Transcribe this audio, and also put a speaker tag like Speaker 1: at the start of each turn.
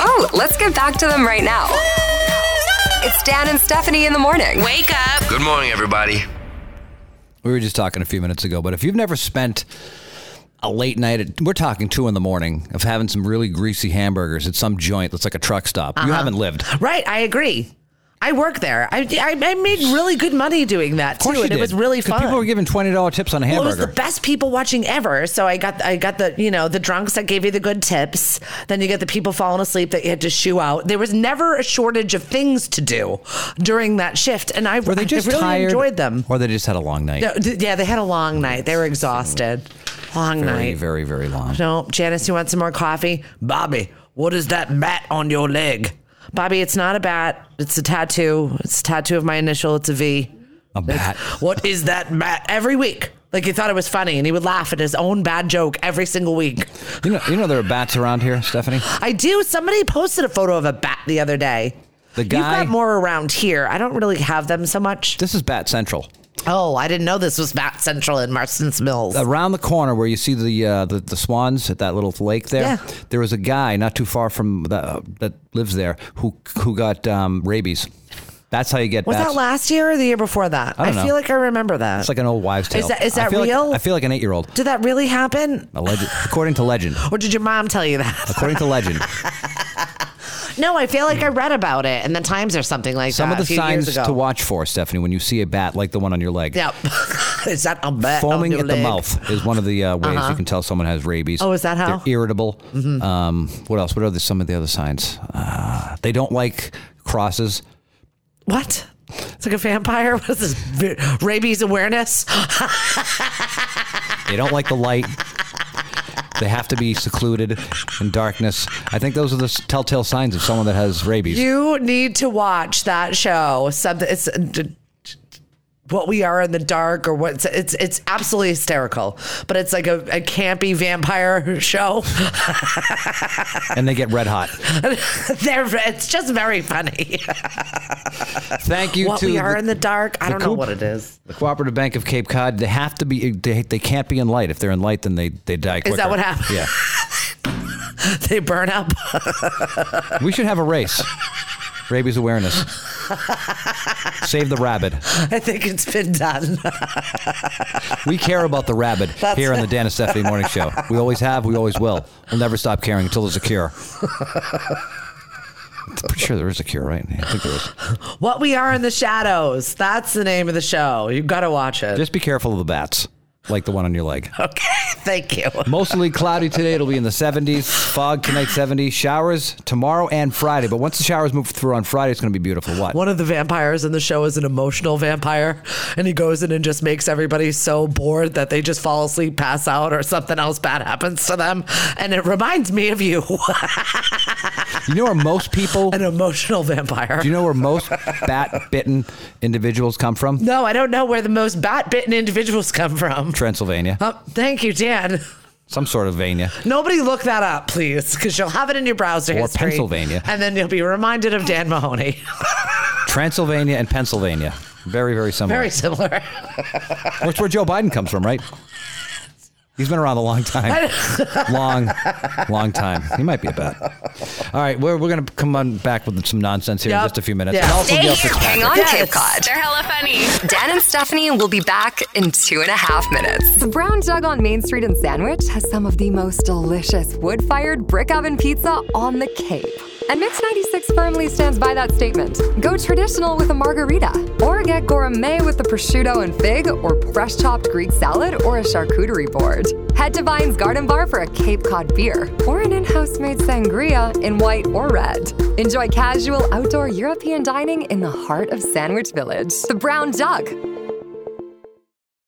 Speaker 1: Oh, let's get back to them right now. It's Dan and Stephanie in the morning.
Speaker 2: Wake up.
Speaker 3: Good morning, everybody.
Speaker 4: We were just talking a few minutes ago, but if you've never spent a late night, at, we're talking two in the morning, of having some really greasy hamburgers at some joint that's like a truck stop,
Speaker 5: Uh-huh.
Speaker 4: you haven't lived.
Speaker 5: Right, I agree. I work there. I, I, I made really good money doing that too,
Speaker 4: you
Speaker 5: and it
Speaker 4: did,
Speaker 5: was really
Speaker 4: 'cause
Speaker 5: fun.
Speaker 4: People were giving twenty dollar tips on a
Speaker 5: well, it was
Speaker 4: hamburger.
Speaker 5: the best people watching ever. So I got I got the you know the drunks that gave you the good tips. Then you get the people falling asleep that you had to shoo out. There was never a shortage of things to do during that shift, and I
Speaker 4: were they just
Speaker 5: I really
Speaker 4: tired?
Speaker 5: enjoyed them.
Speaker 4: or they just had a long night?
Speaker 5: No, d- Yeah, they had a long night. They were exhausted. Long
Speaker 4: very,
Speaker 5: night.
Speaker 4: very, very long.
Speaker 5: No, Janice, you want some more coffee? Bobby, what is that bat on your leg? Bobby, it's not a bat. It's a tattoo. It's a tattoo of my initial. It's a V.
Speaker 4: A bat.
Speaker 5: What is that bat? Every week. Like he thought it was funny and he would laugh at his own bad joke every single week.
Speaker 4: You know, you know there are bats around here, Stephanie.
Speaker 5: I do. Somebody posted a photo of a bat the other day.
Speaker 4: The
Speaker 5: You've
Speaker 4: guy.
Speaker 5: got more around here. I don't really have them so much.
Speaker 4: This is Bat Central.
Speaker 5: Oh, I didn't know this was Bat Central in Marston's Mills.
Speaker 4: around the corner where you see the uh, the, the swans at that little lake there.
Speaker 5: Yeah.
Speaker 4: There was a guy not too far from the, uh, that lives there who who got um, rabies. That's how you get.
Speaker 5: Was
Speaker 4: bats.
Speaker 5: that last year or the year before that?
Speaker 4: I don't know.
Speaker 5: feel like I remember that.
Speaker 4: It's like an old wives' tale.
Speaker 5: Is that- is
Speaker 4: I
Speaker 5: that
Speaker 4: feel like-
Speaker 5: real?
Speaker 4: I feel like an eight year old.
Speaker 5: Did that really happen?
Speaker 4: according to legend.
Speaker 5: Or did your mom tell you that?
Speaker 4: According to legend,
Speaker 5: No, I feel like I read about it in the Times or something like
Speaker 4: some
Speaker 5: that.
Speaker 4: of the
Speaker 5: a few years
Speaker 4: signs
Speaker 5: ago.
Speaker 4: to watch for, Stephanie, when you see a bat like the one on your leg.
Speaker 5: Yep. is that a bet? on
Speaker 4: Foaming
Speaker 5: your
Speaker 4: at the
Speaker 5: leg? Uh-huh.
Speaker 4: mouth is one of the uh, ways you can tell someone has rabies.
Speaker 5: Oh, is that how? Mm-hmm.
Speaker 4: They're irritable. Um, what else? What are the, some of the other signs? Uh, they don't like crosses.
Speaker 5: What? It's like a vampire. What is this? V- Rabies awareness?
Speaker 4: They don't like the light. They have to be secluded in darkness. I think those are the s- telltale signs of someone that has rabies.
Speaker 5: You need to watch that show. Something. It's. uh, d- d- What we are in the dark, or what's it's it's absolutely hysterical, but it's like a, a campy vampire show.
Speaker 4: and they get red hot.
Speaker 5: They're, it's just very funny.
Speaker 4: Thank you
Speaker 5: what
Speaker 4: to
Speaker 5: we are
Speaker 4: the,
Speaker 5: in the dark, I
Speaker 4: the
Speaker 5: don't know
Speaker 4: coop.
Speaker 5: what it is.
Speaker 4: the Cooperative Bank of Cape Cod. They have to be. They, they can't be in light. If they're in light, then they, they die. Quicker.
Speaker 5: Is that what happened?
Speaker 4: Yeah.
Speaker 5: they burn up.
Speaker 4: We should have a race. Rabies awareness. Save the rabbit.
Speaker 5: I think it's been done.
Speaker 4: We care about the rabbit here on the Dan and Stephanie Morning Show. We always have. We always will. We'll never stop caring until there's a cure. I'm pretty sure there is a cure, right? I think there is.
Speaker 5: what we are in the shadows. That's the name of the show. You've got to watch it.
Speaker 4: Just be careful of the bats, like the one on your leg.
Speaker 5: okay. Thank you.
Speaker 4: Mostly cloudy today. It'll be in the 70s. Fog tonight, 70s. Showers tomorrow and Friday. But once the showers move through on Friday, it's going to be beautiful. What?
Speaker 5: One of the vampires in the show is an emotional vampire, and he goes in and just makes everybody so bored that they just fall asleep, pass out, or something else bad happens to them. And it reminds me of you,
Speaker 4: You know where most people,
Speaker 5: an
Speaker 4: do
Speaker 5: emotional vampire.
Speaker 4: you know where most bat bitten individuals come from?
Speaker 5: no, I don't know where the most bat bitten individuals come from.
Speaker 4: Transylvania.
Speaker 5: Oh, thank you, Dan.
Speaker 4: Some sort of Vania.
Speaker 5: Nobody look that up, please, because you'll have it in your browser
Speaker 4: Or
Speaker 5: history.
Speaker 4: Pennsylvania.
Speaker 5: And then you'll be reminded of Dan Mahoney.
Speaker 4: Transylvania and Pennsylvania. Very, very similar.
Speaker 5: Very similar.
Speaker 4: That's where Joe Biden comes from, right? He's been around a long time. long, long time. He might be a bat. All right, we're, we're going to come on back with some nonsense here
Speaker 5: Yep.
Speaker 4: in just a few minutes.
Speaker 5: Yeah.
Speaker 4: And also
Speaker 1: Stay here.
Speaker 4: Gail Fitzpatrick.
Speaker 1: Hang on,
Speaker 5: Yes.
Speaker 1: Cape Cod.
Speaker 2: They're hella funny.
Speaker 1: Dan and Stephanie will be back in two and a half minutes. The Brown Jug on Main Street in Sandwich has some of the most delicious wood fired brick oven pizza on the Cape. And Mix 96 firmly stands by that statement. Go traditional with a margarita, or get gourmet with the prosciutto and fig, or fresh chopped Greek salad, or a charcuterie board. Head to Vine's Garden Bar for a Cape Cod beer, or an in house made sangria in white or red. Enjoy casual outdoor European dining in the heart of Sandwich Village. The Brown Jug,